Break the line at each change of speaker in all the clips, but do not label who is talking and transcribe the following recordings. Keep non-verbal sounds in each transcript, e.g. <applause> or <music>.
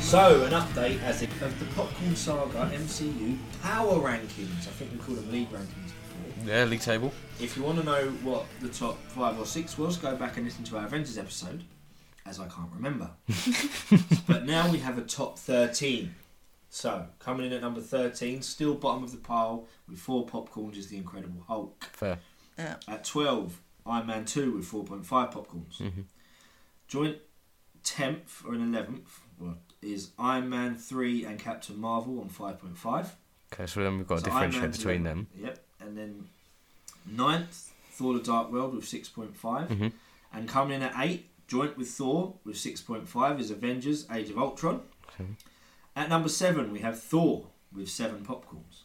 So, an update as it, of the Popcorn Saga MCU Power Rankings. I think we called them League Rankings before.
Yeah, league table.
If you want to know what the top five or six was, go back and listen to our Avengers episode, as I can't remember. but now we have a top 13. So, coming in at number 13, still bottom of the pile, with four popcorns, is the Incredible Hulk.
Fair.
At 12, Iron Man 2 with 4.5 popcorns.
Mm-hmm.
Joint 10th or an 11th well, is Iron Man 3 and Captain Marvel on 5.5.
Okay, so then we've got to
So Iron
differentiate
Man's
between
eleven-
them.
Yep. And then 9th, Thor the Dark World with 6.5.
Mm-hmm.
And coming in at 8, joint with Thor with 6.5 is Avengers Age of Ultron.
Okay.
At number 7, we have Thor with 7 popcorns.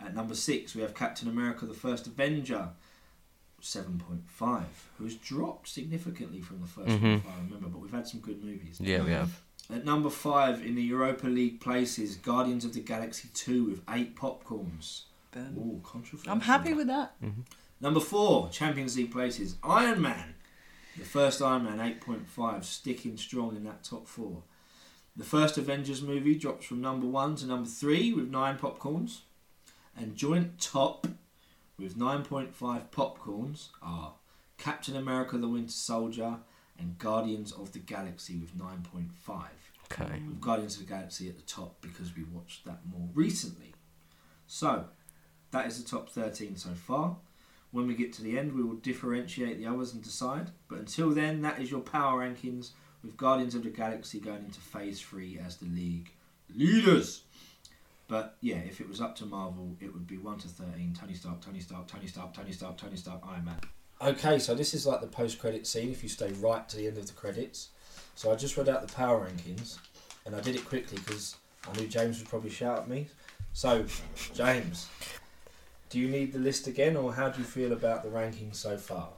At number 6, we have Captain America the First Avenger. 7.5, who has dropped significantly from the 1st one, if I remember, but we've had some good movies.
Mm-hmm. Yeah, we have.
At number five in the Europa League places, Guardians of the Galaxy 2 with eight popcorns.
Boom.
Ooh, controversial.
I'm happy with that.
Number four, Champions League places, Iron Man. The first Iron Man, 8.5, sticking strong in that top four. The first Avengers movie drops from number one to number three with nine popcorns. And joint top with 9.5 popcorns are Captain America the Winter Soldier and Guardians of the Galaxy with 9.5
Okay.
with Guardians of the Galaxy at the top because we watched that more recently. So, that is the top 13 so far. When we get to the end, we will differentiate the others and decide. But until then, that is your power rankings with Guardians of the Galaxy going into phase three as the league leaders. But yeah, if it was up to Marvel, it would be 1 to 13 Tony Stark, Tony Stark, Tony Stark, Tony Stark, Tony Stark, Iron Man. Okay, so this is like the post credit scene if you stay right to the end of the credits. So I just read out the power rankings and I did it quickly because I knew James would probably shout at me. So, James, do you need the list again, or how do you feel about the rankings so far?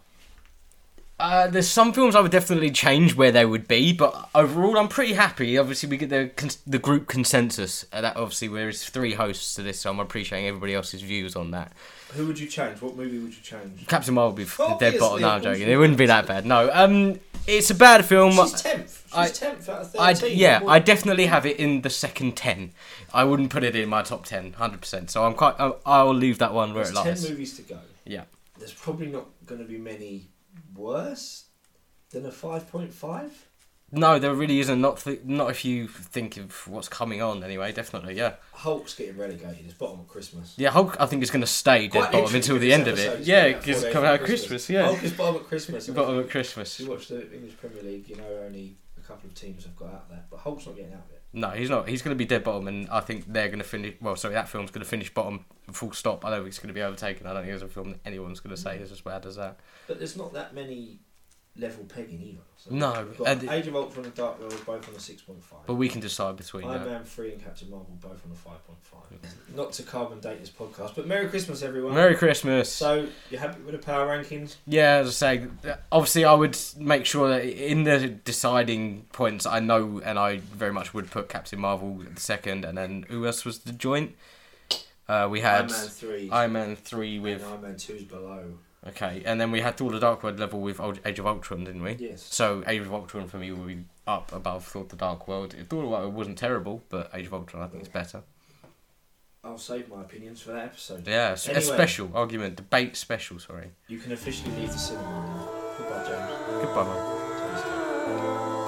Uh, there's some films I would definitely change where they would be, but overall I'm pretty happy. Obviously, we get the cons- the group consensus. Uh, that obviously there is three hosts to this, so I'm appreciating everybody else's views on that.
Who would you change? What movie would you change?
Captain Marvel would be f- the dead
Obviously,
bottle. No, I'm
of course
joking.
you
It wouldn't be that bad. No, um, it's a bad film.
She's tenth. She's
I-
tenth out of
I
thirteen.
yeah,
What-
I definitely have it in the second ten. I wouldn't put it in my top 10, 100 percent. So I'm quite. I- I'll leave that one where
There's
it
ten
lies.
movies to go.
Yeah.
There's probably not going to be many worse than a five point five.
No, there really isn't. Not th- not if you think of what's coming on anyway. Definitely, yeah.
Hulk's getting relegated. It's bottom of Christmas.
Yeah, Hulk. I think is going to stay dead
Quite
bottom
literally,
until the
this
end of
episode
it.
is
Yeah,
coming out four
because
days
coming out
from
Christmas. Yeah,
Hulk is bottom at Christmas. and
<laughs> bottom at Christmas.
If you watch the English Premier League, you know only a couple of teams have got out there, but Hulk's not getting out of it.
No, he's not. He's going to be dead bottom, and I think they're going to finish. Well, sorry, that film's going to finish bottom. Full stop. I don't think it's going to be overtaken. I don't think there's a film that anyone's going to say is as bad as that.
But there's not that many level pegging either. So
No,
We've got
and-
Age of Ultron and Dark World both on a six point five.
But we can decide between
Iron
that.
Man three and Captain Marvel both on a five point five. Not to carbon date this podcast, but Merry Christmas everyone.
Merry Christmas.
so you're happy with the power rankings?
Yeah, as I say, obviously I would make sure that in the deciding points I know, and I very much would put Captain Marvel at the second, and then who else was the joint? Uh, we
Iron
had
Man three
Iron Man three
and
with
Iron Man two's below.
okay, and then we had Thor: The Dark World level with Old- Age of Ultron, didn't we?
Yes.
So Age of Ultron for me will be up above Thor: The Dark World. Thor: The Dark World wasn't terrible, but Age of Ultron I think is better.
I'll save my opinions for that episode.
Yeah, it's a
Anyway.
special argument, debate special. Sorry.
You can officially leave the cinema now. Goodbye, James.
Goodbye. Man.
Thanks.